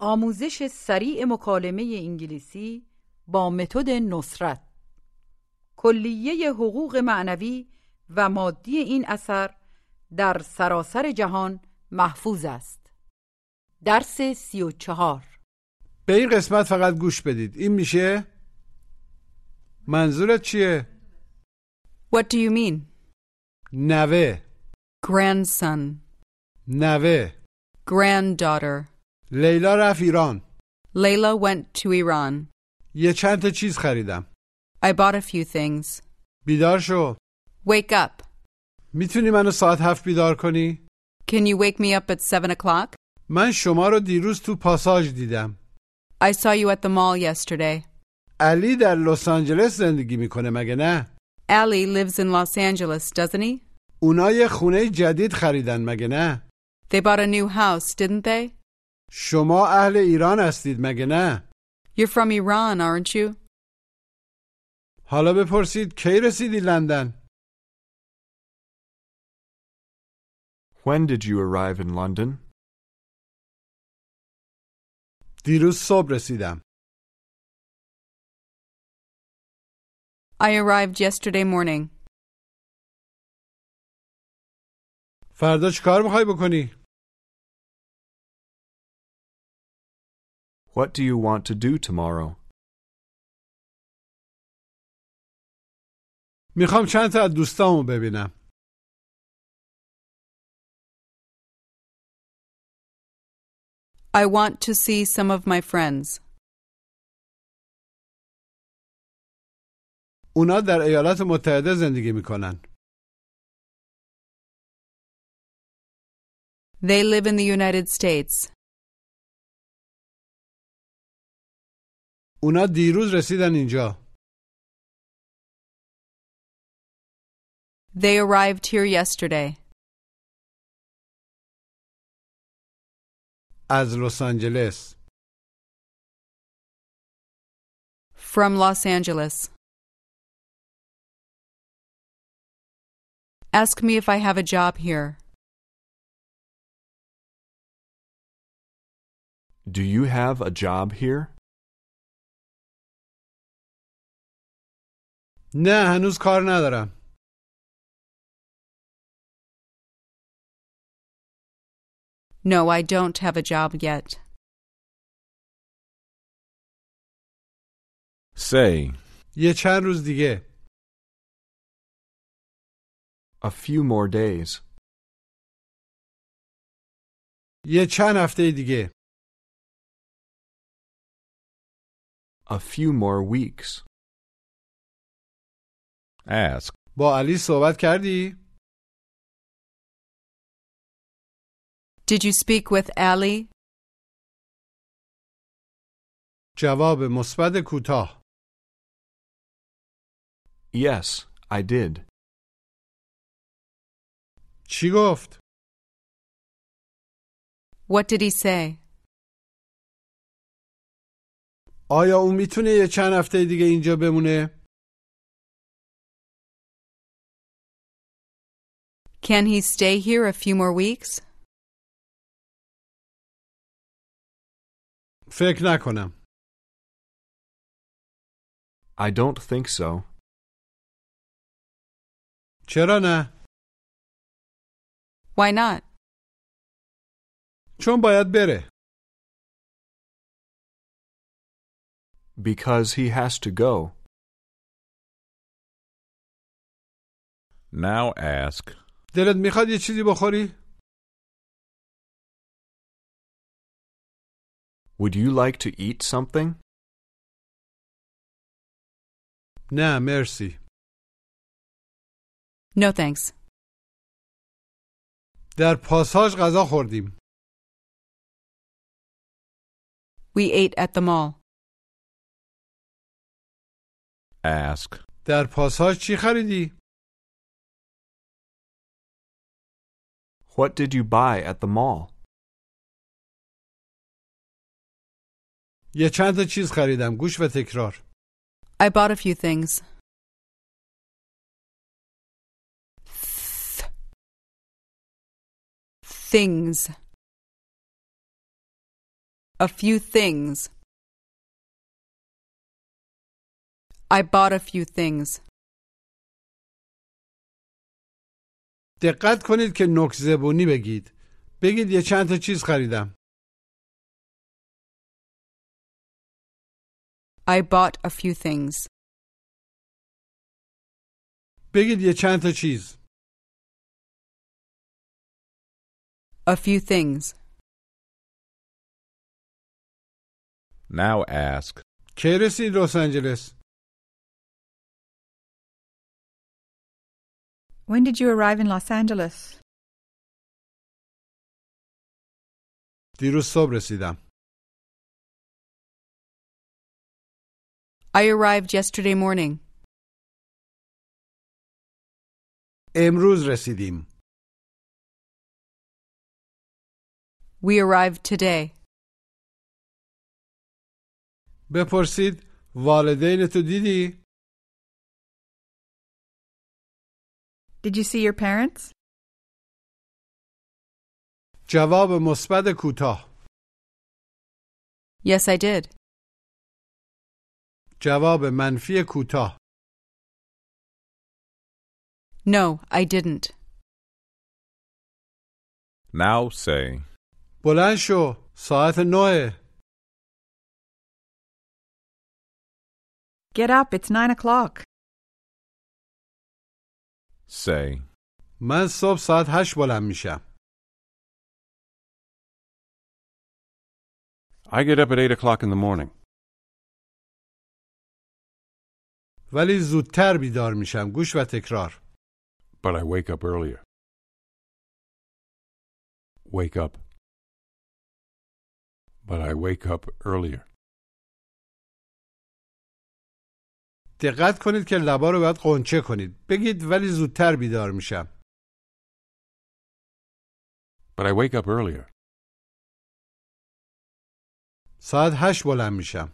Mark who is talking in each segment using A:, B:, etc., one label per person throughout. A: آموزش سریع مکالمه انگلیسی با متد نصرت کلیه حقوق معنوی و مادی این اثر در سراسر جهان محفوظ است درس سی و چهار
B: به این قسمت فقط گوش بدید این میشه منظورت چیه؟
C: What do you mean?
B: نوه
C: Grandson,
B: نوه
C: granddaughter.
B: لیلا رفت ایران
C: Layla went to Iran.
B: یه چند تا چیز خریدم
C: I bought a few things.
B: بیدار شو
C: Wake up.
B: میتونی منو ساعت هفت بیدار کنی؟
C: Can you wake me up at 7 o'clock?
B: من شما رو دیروز تو پاساژ دیدم
C: I saw you at the mall yesterday.
B: علی در لس آنجلس زندگی میکنه مگه نه؟
C: Ali lives in Los Angeles, doesn't he?
B: اونا یه خونه جدید خریدن مگه نه؟
C: They bought a new house, didn't they?
B: شما اهل ایران هستید مگه نه؟
C: You're from Iran, aren't you?
B: حالا بپرسید کی رسیدی لندن؟
D: When did you arrive in London?
B: دیروز صبح رسیدم
C: I arrived yesterday morning.
B: فردا چیکار میخوای بکنی؟
D: What do you want to do tomorrow?
B: میخوام چند تا از دوستامو ببینم
C: I want to see some of my friends.
B: اونا در ایالات متحده زندگی میکنن
C: They live in the United States.
B: اونا دیروز رسیدن اینجا
C: They arrived here yesterday
B: از لس آنجلس
C: from Los Angeles. Ask me if I have a job here.
D: Do you have a job here?
B: نه هنوز کار ندارم
C: No, I don't have a job yet.
E: Say,
B: یه چند روز دیگه
D: A few more days.
B: یه چند هفته دیگه
D: A few more weeks.
E: ask,
B: با علی صحبت کردی؟
C: Did you speak with Ali?
B: جواب مثبت کوتاه
D: Yes, I did.
B: چی گفت؟
C: What did he say?
B: آیا او میتونه یه چند هفته دیگه اینجا بمونه؟
C: Can he stay here a few more weeks?
B: فکر نکنم.
D: I don't think so.
B: چرا نه؟
C: Why not?
B: چون باید بره.
D: Because he has to go.
E: Now ask,
B: دلت میخواد یه چیزی بخوری؟
D: Would you like to eat something?
B: نه مرسی.
C: No thanks.
B: در پاساژ غذا خوردیم.
C: We ate at the mall.
E: ask,
B: در پاساژ چی خریدی؟
D: What did you buy at the mall?
B: یه چند تا چیز خریدم. گوش و تکرار.
C: I bought a few things. Th- Things. A few things. I bought a few things.
B: دقت کنید که نوک زبونی بگید. بگید یه چند تا چیز خریدم.
C: I bought a few things.
B: بگید یه چند تا چیز.
C: A few things.
E: now ask,
B: کی رسید لس آنجلس؟
F: When did you arrive in Los Angeles?
B: دیروز صبح رسیدم.
C: I arrived yesterday morning.
B: امروز رسیدیم.
C: We arrived today.
B: بپرسید والدینتو دیدی؟
F: Did you see your parents?
B: جواب مثبت کوتاه.
C: Yes, I did.
B: جواب منفی کوتاه.
C: No, I didn't.
E: now say,
B: بلند شو ساعت نه
F: Get up, it's nine o'clock.
E: say,
B: من صبح ساعت هشت بلند میشم.
E: I get up at 8 o'clock in the morning.
B: ولی زودتر بیدار میشم. گوش و تکرار.
E: But I wake up earlier. Wake up. But I wake up earlier.
B: دقت کنید که لبا رو باید قنچه کنید. بگید ولی زودتر بیدار میشم.
E: But I wake up earlier.
B: ساعت هشت بلند میشم.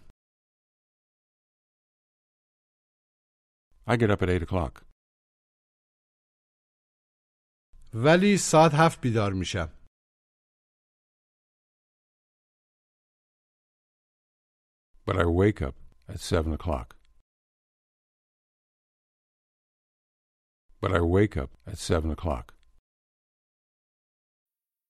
E: I get up at 8 o'clock.
B: ولی ساعت هفت بیدار میشم.
E: But I wake up at 7 o'clock. But I wake up at 7 o'clock.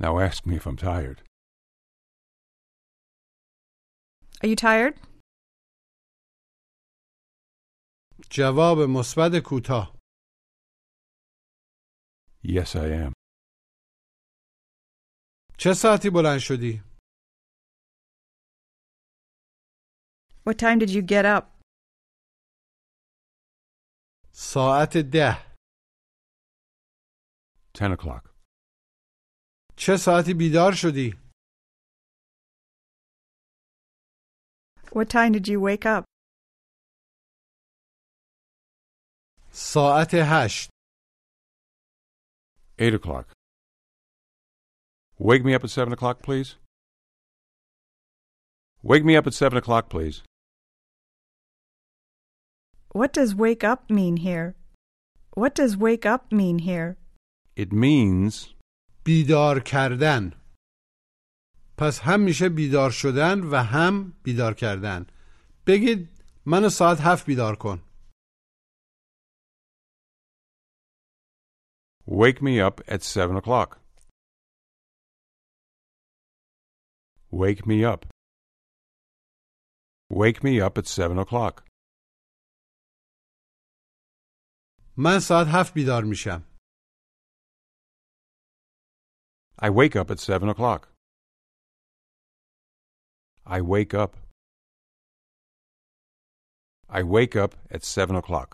E: Now ask me if I'm tired.
F: Are you tired?
B: جواب مثبت کوتاه
E: Yes, I am.
B: چه ساعتی بلند شدی؟
F: What time did you get up?
B: ساعت ده
E: Ten o'clock.
B: چه ساعتی بیدار شدی؟
F: What time did you wake up?
B: ساعت هشت
E: Eight o'clock. Wake me up at seven o'clock, please. Wake me up at seven o'clock, please.
F: What does wake up mean here? What does wake up mean here?
E: It means
B: بیدار کردن پس هم میشه بیدار شدن و هم بیدار کردن بگید منو ساعت هفت بیدار کن
E: wake me up at seven o'clock. Wake me up. Wake me up at seven o'clock.
B: من ساعت هفت بیدار میشم
E: I wake up at seven o'clock. I wake up. I wake up at seven o'clock.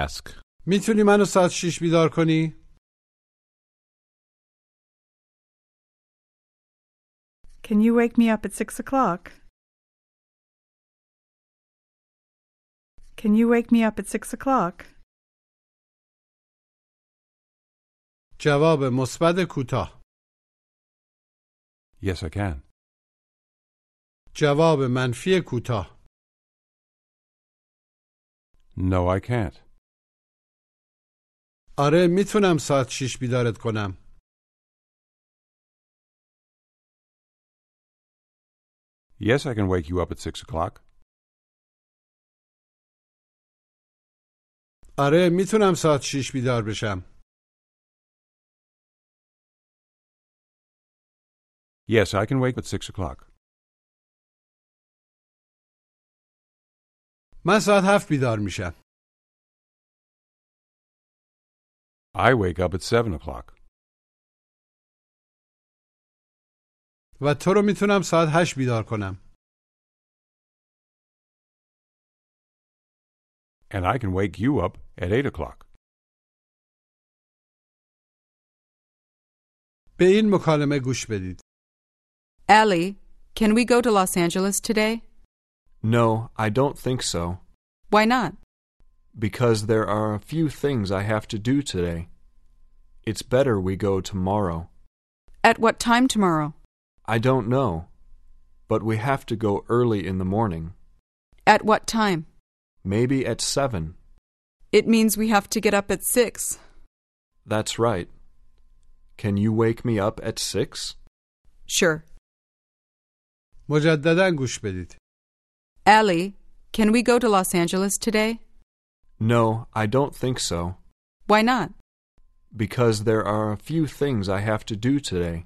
G: Ask.
B: میتونی منو ساعت شیش بیدار کنی؟
F: Can you wake me up at six o'clock? Can you wake me up at six o'clock?
B: جواب مثبت کوتاه
E: Yes, I can.
B: جواب منفی کوتاه
E: No, I can't.
B: آره میتونم ساعت شیش بیدارت کنم
E: Yes, I can wake you up at six o'clock.
B: آره میتونم ساعت شیش بیدار بشم
E: Yes, I can wake at six o'clock.
B: من ساعت هفت بیدار میشم
E: I wake up at seven o'clock.
B: و تو رو میتونم ساعت هشت بیدار کنم
E: And I can wake you up at eight o'clock.
B: به این مکالمه گوش بدید
C: Ellie, can we go to Los Angeles today?
D: No, I don't think so,
C: Why not?
D: because there are a few things I have to do today. It's better we go tomorrow.
C: At what time tomorrow?
D: I don't know, but we have to go early in the morning,
C: At what time?
D: maybe at seven.
C: It means we have to get up at six.
D: That's right. Can you wake me up at six?
C: Sure.
B: مجددا گوش بدید
C: Ellie, can we go to Los Angeles today?
D: No, I don't think so,
C: Why not?
D: because there are a few things I have to do today.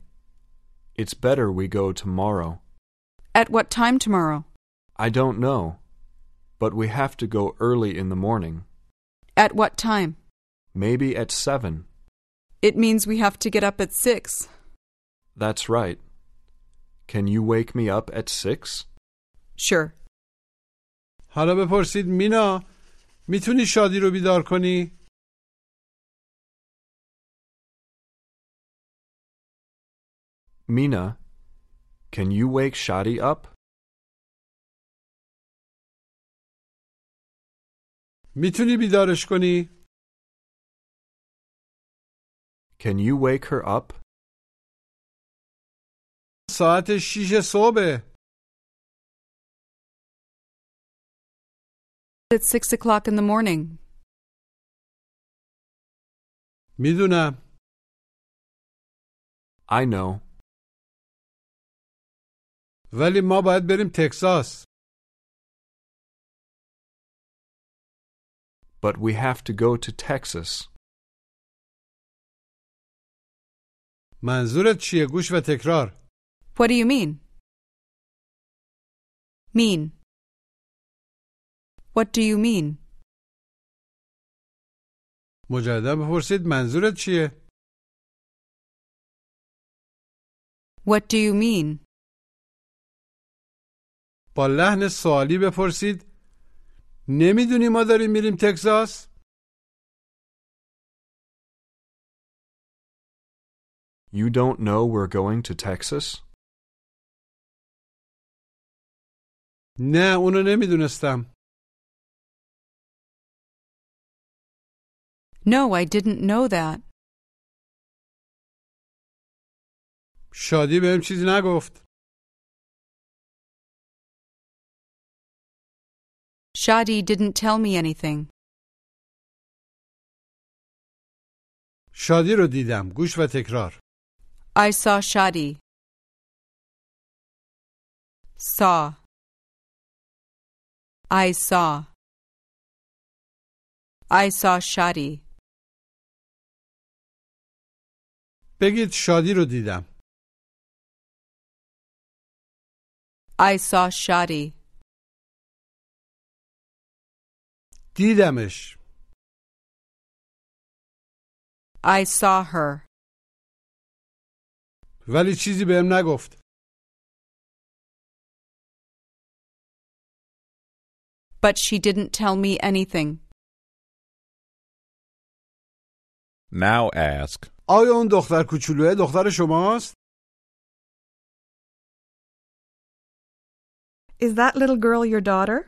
D: It's better we go tomorrow.
C: At what time tomorrow?
D: I don't know, but we have to go early in the morning,
C: At what time?
D: maybe at seven.
C: It means we have to get up at six.
D: That's right. Can you wake me up at six?
C: Sure.
B: حالا بپرسید مینا میتونی شادی رو بیدار کنی؟
D: Mina, can you wake Shadi up?
B: میتونی بیدارش کنی؟
D: Can you wake her up?
B: ساعت 6 صبح
C: It's six o'clock in the morning.
B: میدونم
D: I know.
B: ولی ما باید بریم تگزاس
D: But we have to go to Texas.
B: منظورت چیه گوش و تکرار
C: What do you mean? Mean. What do you mean?
B: مجددا بپرسید منظورت چیه
C: What do you mean?
B: با لحن سوالی بپرسید نمیدونی ما داریم میریم تگزاس
D: You don't know we're going to Texas?
B: نه اونو نمیدونستم
C: No, I didn't know that.
B: شادی بهم چیزی نگفت
C: Shadi didn't tell me anything.
B: شادی رو دیدم گوش و تکرار
C: I saw Shadi. Saw. I saw. I saw Shadi.
B: بگید شادی رو دیدم
C: I saw Shadi.
B: دیدمش
C: I saw her.
B: ولی چیزی بهم نگفت
C: But she didn't tell me anything.
G: Now ask,
B: آیا اون دختر کوچولوه دختر شماست
F: Is that little girl your daughter?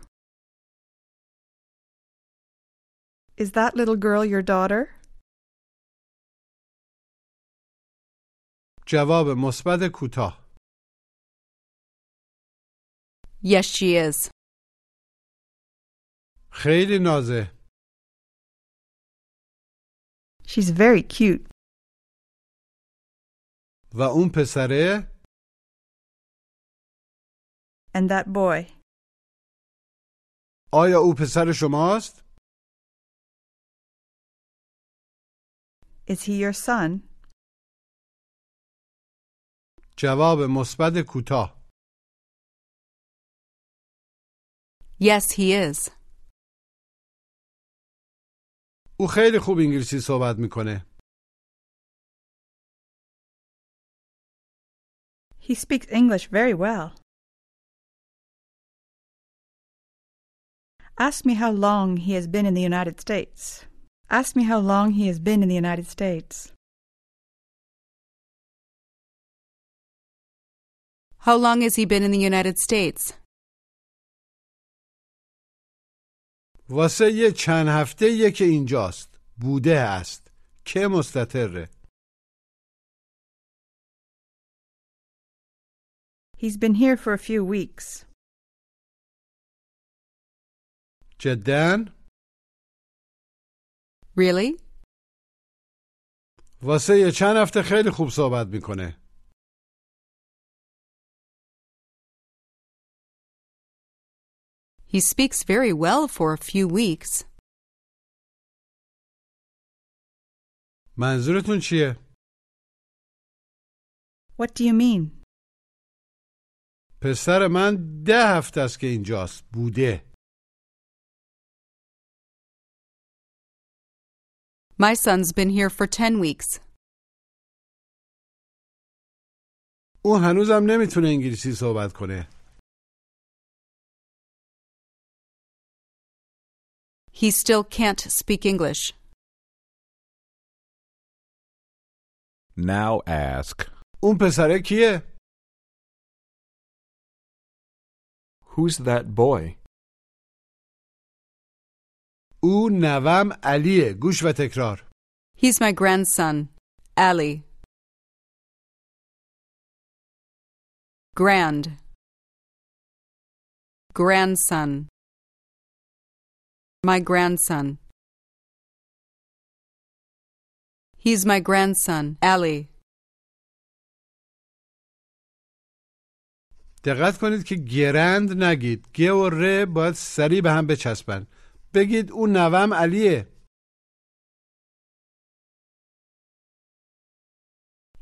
F: Is that little girl your daughter?
B: جواب مثبت کوتاه
C: Yes, she is.
B: خیلی نازه
F: She's very cute.
B: و اون پسره
F: And that boy.
B: آیا او پسر شماست
F: Is he your son?
B: جواب مثبت کوتاه
C: Yes, he is.
B: او خیلی خوب انگلیسی صحبت میکنه
F: He speaks English very well. Ask me how long he has been in the United States. Ask me how long he has been in the United States.
C: How long has he been in the United States?
B: واسه یه چند هفته یه که اینجاست بوده است که مستطره
F: He's been here for a few weeks.
B: جدا
C: Really?
B: واسه یه چند هفته خیلی خوب صحبت میکنه
C: He speaks very well for a few weeks.
B: منظورتون چیه
F: What do you mean?
B: پسر من ده هفته است که اینجاست بوده
C: My son's been here for 10 weeks.
B: اون هنوزم نمیتونه انگلیسی صحبت کنه
C: He still can't speak English.
G: now ask,
B: اون پسره کیه
D: Who's that boy?
B: او نوم علیه گوش و تکرار
C: He's my grandson. Alley. Grand. Grandson. My grandson. He's my grandson, Alley.
B: دقت کنید که گرند نگید گ و ر باید سریع به هم بچسبن بگید اون نوم علیه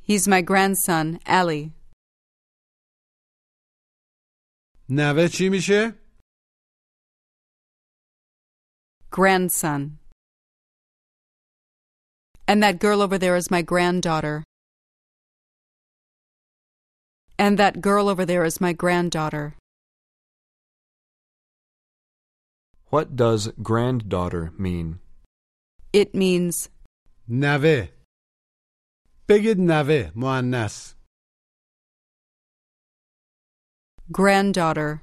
C: He's my grandson, Alley.
B: نوه چی میشه؟
C: Grandson. And that girl over there is my granddaughter. And that girl over there is my granddaughter.
D: What does granddaughter mean?
C: It means
B: نوه بگید نوه معنس
C: granddaughter.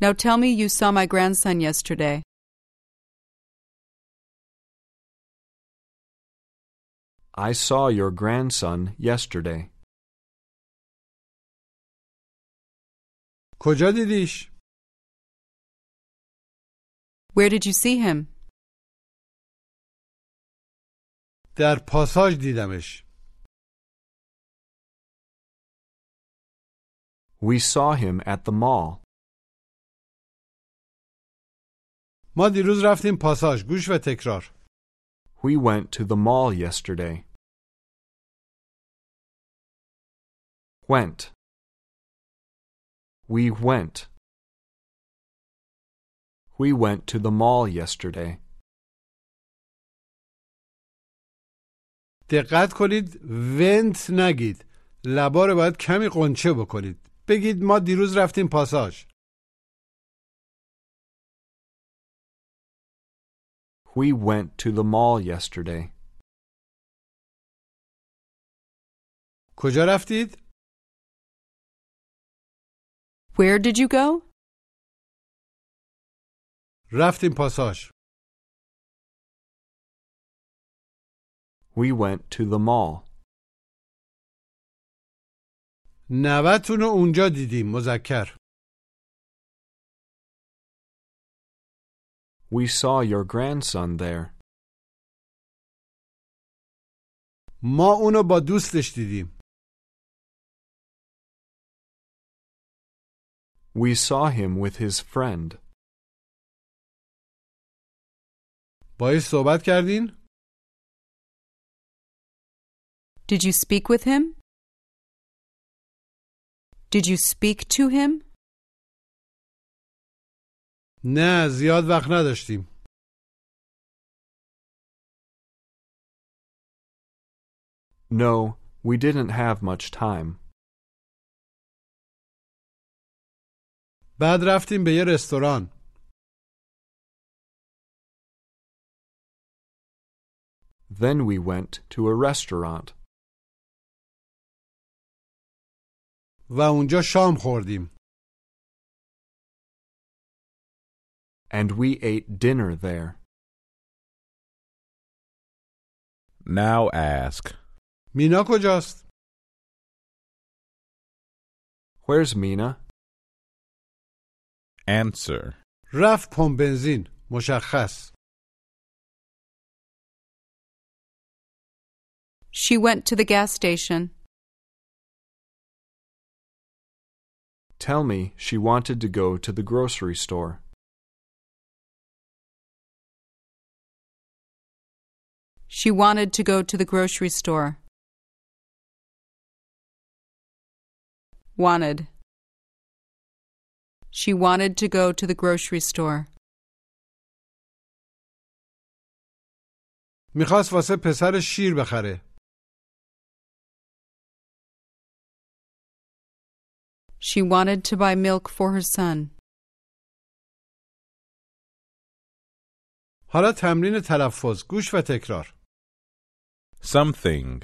C: Now tell me you saw my grandson yesterday.
D: I saw your grandson yesterday.
B: کجا دیدیش؟
C: Where did you see him?
B: در پاساژ دیدمش
D: We saw him at the mall.
B: ما دیروز رفتیم پاساژ گوش و تکرار
D: We went to the mall yesterday. Went. We went. We went to the mall yesterday.
B: دقت کنید ونت نگید لبا رو باید کمی قنچه بکنید بگید ما دیروز رفتیم پاساژ
D: We went to the mall yesterday.
B: کجا رفتید؟
C: Where did you go?
B: رفتیم پاساژ
D: We went to the mall.
B: نوتون رو اونجا دیدیم مذکر
D: We saw your grandson there.
B: ما اونو با دوستش دیدیم
D: We saw him with his friend.
B: باهاش صحبت کردین؟
C: Did you speak with him? Did you speak to him?
B: نه زیاد وقت نداشتیم
D: No, we didn't have much time.
B: بعد رفتیم به یه رستوران
D: Then we went to a restaurant.
B: و اونجا شام خوردیم
D: and we ate dinner there.
G: Now ask.
B: مینا کجاست؟
D: Where's Mina?
G: Answer.
B: رفت پمپ بنزین مشخص
C: She went to the gas station.
D: Tell me she wanted to go to the grocery store.
C: She wanted to go to the grocery store. Wanted. She wanted to go to the grocery store.
B: میخواست واسه پسر شیر بخره
C: She wanted to buy milk for her son.
B: حالا تمرین تلفظ گوش و تکرار
G: Something.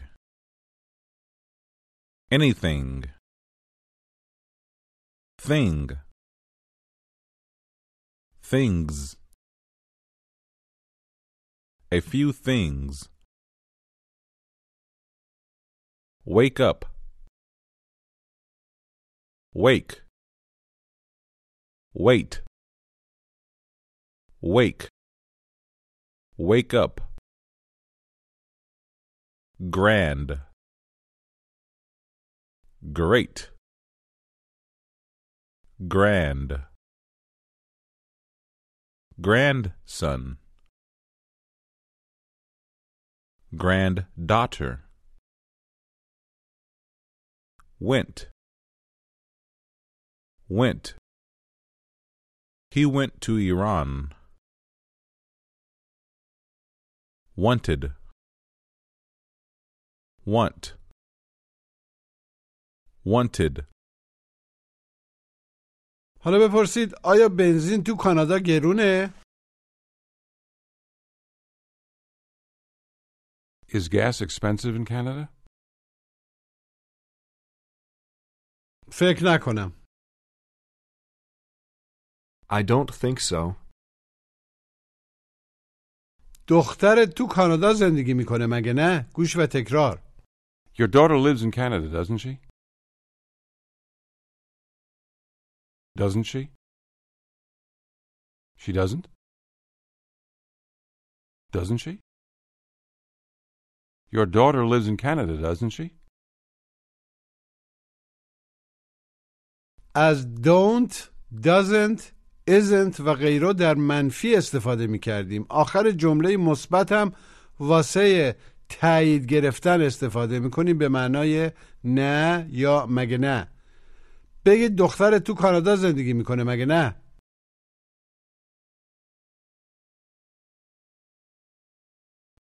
G: Anything. Thing. Things. A few things. Wake up. Wake. Wait. Wake. Wake up. Grand. Great. Grand. Grandson. Granddaughter. Went. Went. He went to Iran. Wanted. Want. Wanted.
B: حالا بپرسید آیا بنزین تو کانادا گرونه؟
E: Is gas expensive in Canada?
B: فکر نکنم.
D: I don't think so.
B: دخترت تو کانادا زندگی میکنه مگه نه؟ گوش و تکرار.
E: Your daughter lives in Canada, doesn't she? Doesn't she? She doesn't? Doesn't she? Your daughter lives in Canada, doesn't she?
B: از don't, doesn't, isn't و غیره در منفی استفاده می کردیم آخر جمله مثبت هم واسه تایید گرفتن استفاده می کنیم به معنای نه یا مگه نه بگید دخترت تو کانادا زندگی میکنه مگه نه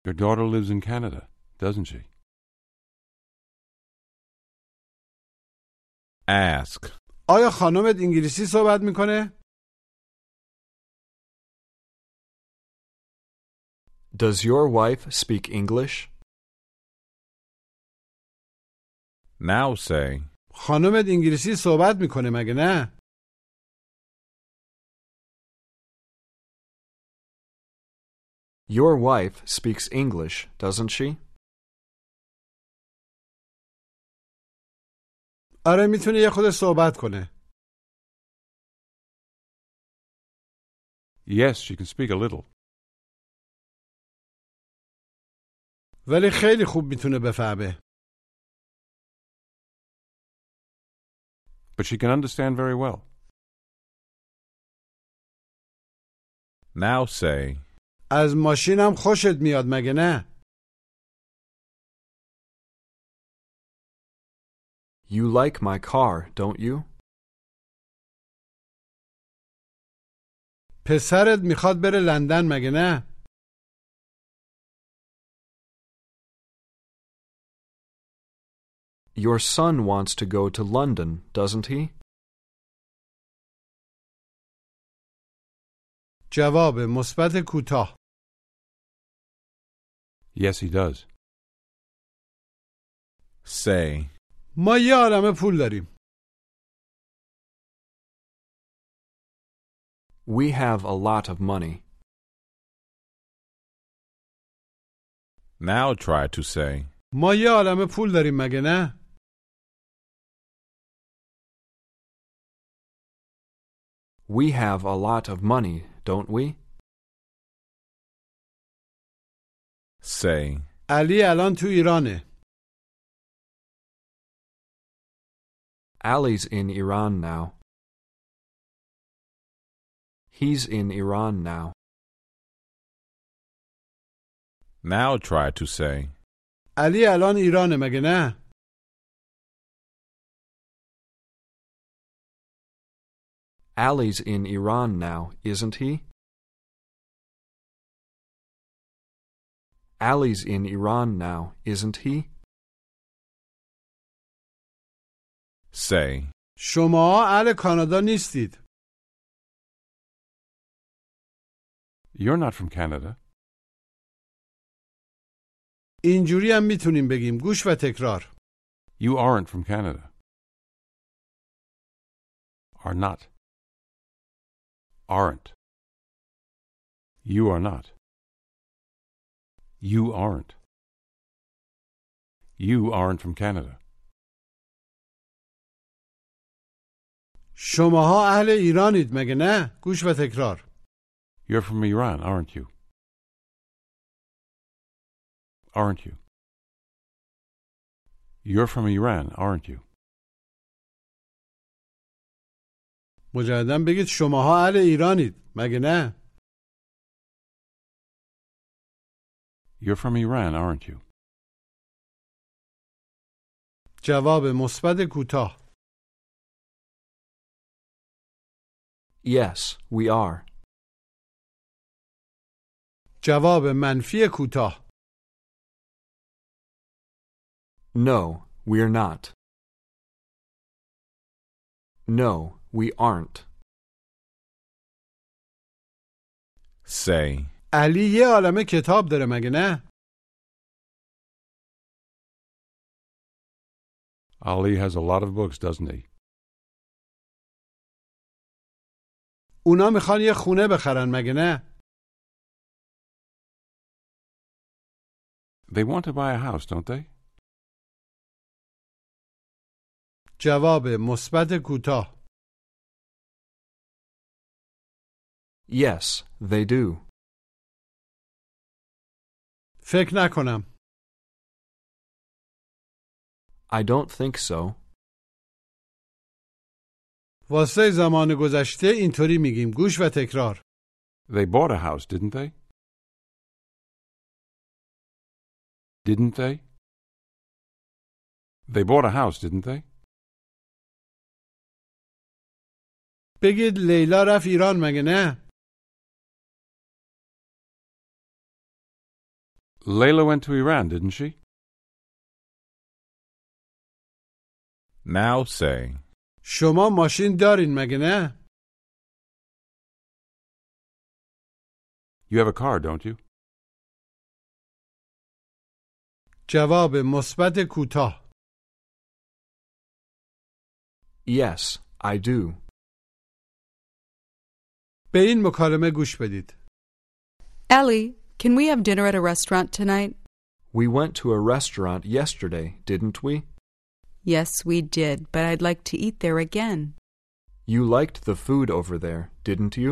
E: Your daughter lives in Canada, doesn't she?
G: Ask.
B: آیا خانمت انگلیسی صحبت میکنه؟
D: Does your wife speak English?
G: Now say.
B: خانمت انگلیسی صحبت میکنه مگه نه؟
D: Your wife speaks English, doesn't she?
B: آره میتونه یه خود صحبت کنه
E: Yes, she can speak a little.
B: ولی خیلی خوب میتونه بفهمه
E: But she can understand very well.
G: Now say.
B: از ماشینم خوشت میاد مگه نه؟
D: You like my car, don't you?
B: پسرت میخواد بره لندن مگه نه؟
D: Your son wants to go to London, doesn't he?
B: جواب مثبت کوتاه
E: Yes, he does.
G: Say.
B: ما یه عالمه پول داریم
D: We have a lot of money.
G: Now try to say.
B: ما یه عالمه پول داریم مگه نه؟
D: We have a lot of money, don't we?
G: Say.
B: علی الان تو ایرانه
D: Ali's in Iran now. He's in Iran now.
G: Now try to say.
B: علی الان ایرانه مگه نه؟
D: Ali's in Iran now, isn't he? Ali's in Iran now, isn't he?
G: Say.
B: شما اهل کانادا نیستید
E: You're not from Canada.
B: اینجوری هم میتونیم بگیم گوش و تکرار
E: You aren't from Canada. Are not. Aren't. You are not. You aren't. You aren't from Canada.
B: شماها اهل ایرانید مگه نه؟ گوش و تکرار
E: You're from Iran, aren't you? Aren't you? You're from Iran, aren't you?
B: مجددا بگید شماها اهل ایرانید مگه نه؟
E: You're from Iran, aren't you?
B: جواب مثبت کوتاه
D: Yes, we are.
B: جواب منفی کوتاه
D: No, we're not. No, we aren't.
G: say,
B: علی یه عالمه کتاب داره مگه نه؟
E: Ali has a lot of books, doesn't he?
B: اونا میخوان یه خونه بخرن مگه نه؟
E: They want to buy a house, don't they?
B: جواب مثبت کوتاه
D: Yes, they do.
B: فکر نکنم
D: I don't think so.
B: واسه زمان گذشته اینطوری میگیم گوش و تکرار
E: They bought a house, didn't they? Didn't they? They bought a house, didn't they?
B: بگید لیلا رفت ایران مگه نه؟
E: Layla went to Iran, didn't she?
G: now say,
B: شما ماشین دارین مگه نه؟
E: You have a car, don't you?
B: جواب مثبت کوتاه
D: Yes, I do.
B: به این مکالمه گوش بدید
C: Ellie, can we have dinner at a restaurant tonight?
D: We went to a restaurant yesterday, didn't we?
C: Yes, we did, but I'd like to eat there again.
D: You liked the food over there, didn't you?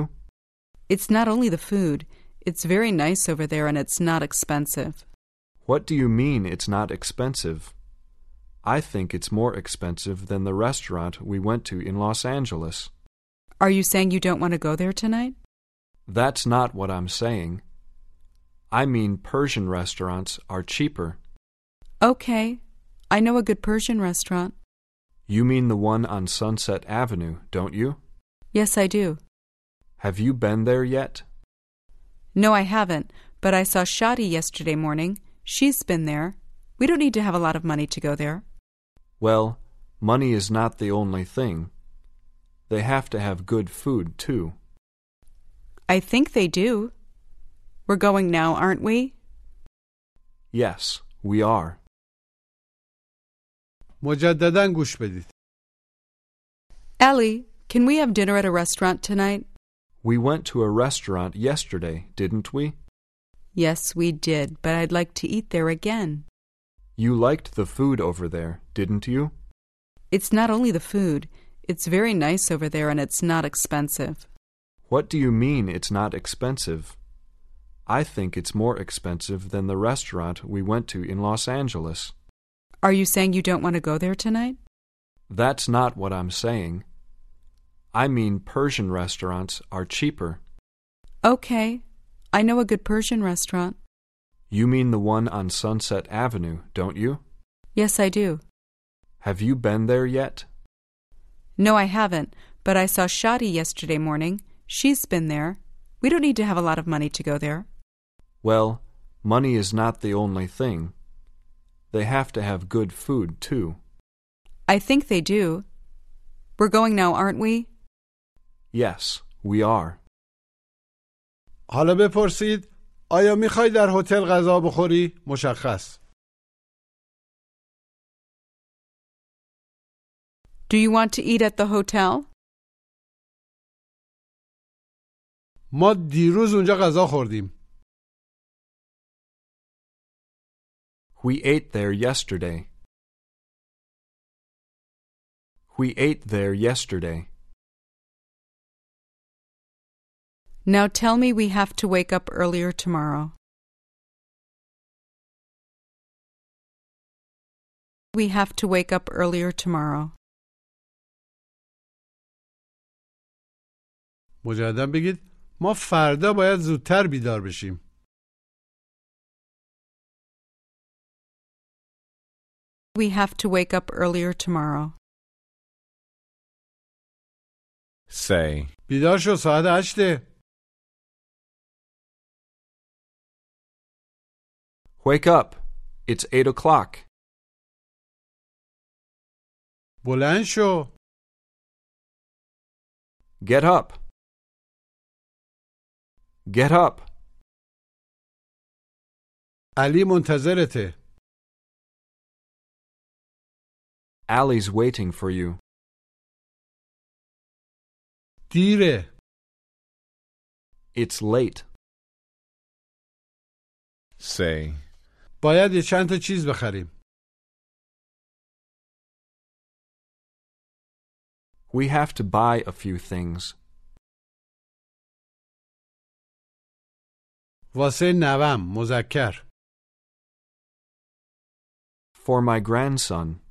C: It's not only the food, it's very nice over there and it's not expensive.
D: What do you mean it's not expensive? I think it's more expensive than the restaurant we went to in Los Angeles.
C: Are you saying you don't want to go there tonight?
D: That's not what I'm saying. I mean, Persian restaurants are cheaper.
C: Okay. I know a good Persian restaurant.
D: You mean the one on Sunset Avenue, don't you?
C: Yes, I do.
D: Have you been there yet?
C: No, I haven't, but I saw Shadi yesterday morning. She's been there. We don't need to have a lot of money to go there.
D: Well, money is not the only thing. They have to have good food, too.
C: I think they do. We're going now, aren't we?
D: Yes, we are.
B: مجددا گوش بدید
C: Ellie, can we have dinner at a restaurant tonight?
D: We went to a restaurant yesterday, didn't we?
C: Yes, we did, but I'd like to eat there again.
D: You liked the food over there, didn't you?
C: It's not only the food, it's very nice over there and it's not expensive.
D: What do you mean it's not expensive? I think it's more expensive than the restaurant we went to in Los Angeles.
C: Are you saying you don't want to go there tonight?
D: That's not what I'm saying. I mean, Persian restaurants are cheaper.
C: Okay. I know a good Persian restaurant.
D: You mean the one on Sunset Avenue, don't you?
C: Yes, I do.
D: Have you been there yet?
C: No, I haven't, but I saw Shadi yesterday morning. She's been there. We don't need to have a lot of money to go there.
D: Well, money is not the only thing. They have to have good food, too.
C: I think they do. We're going now, aren't we?
D: Yes, we are.
B: حالا بپرسید آیا میخوای در هتل غذا بخوری؟ مشخص
C: Do you want to eat at the hotel?
B: ما دیروز اونجا غذا خوردیم
E: We ate there yesterday. We ate there yesterday.
C: Now tell me we have to wake up earlier tomorrow. We have to wake up earlier tomorrow.
B: مجددا بگید ما فردا باید زودتر بیدار بشیم
C: We have to wake up earlier tomorrow.
H: Say.
B: بیدار شو ساعت هشته
E: Wake up. It's eight o'clock.
B: بلند شو
E: Get up. Get up.
B: علی منتظرته
E: Allie's waiting for you.
B: دیره
E: It's late.
H: Say.
B: باید یه چند تا چیز بخریم
E: We have to buy a few things
B: واسه نوم مذکر
E: for my grandson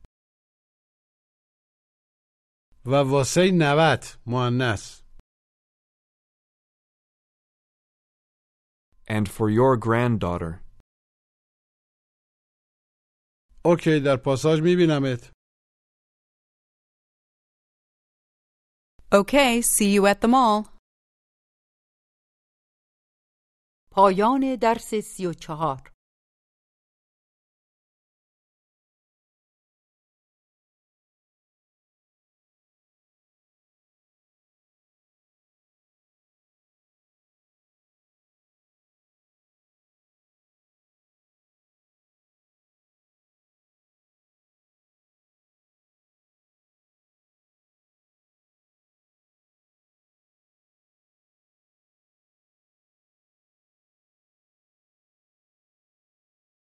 B: و واسه نوت مؤنث
E: and for your granddaughter.
B: اوکی در پاساژ میبینمت
C: Okay, see you at the mall.
I: پایان درس سی و چهار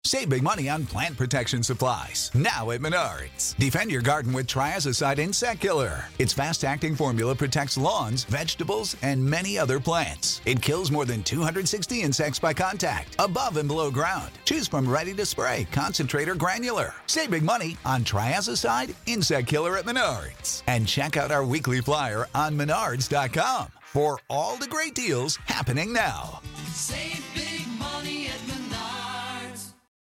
D: Save big money on plant protection supplies. Now at Menards. Defend your garden with Triazicide Insect Killer. Its fast acting formula protects lawns, vegetables, and many other plants. It kills more than 260 insects by contact, above and below ground. Choose from ready to spray, concentrate, or granular. Save big money on Triazicide Insect Killer at Menards. And check out our weekly flyer on menards.com for all the great deals happening now.
J: Save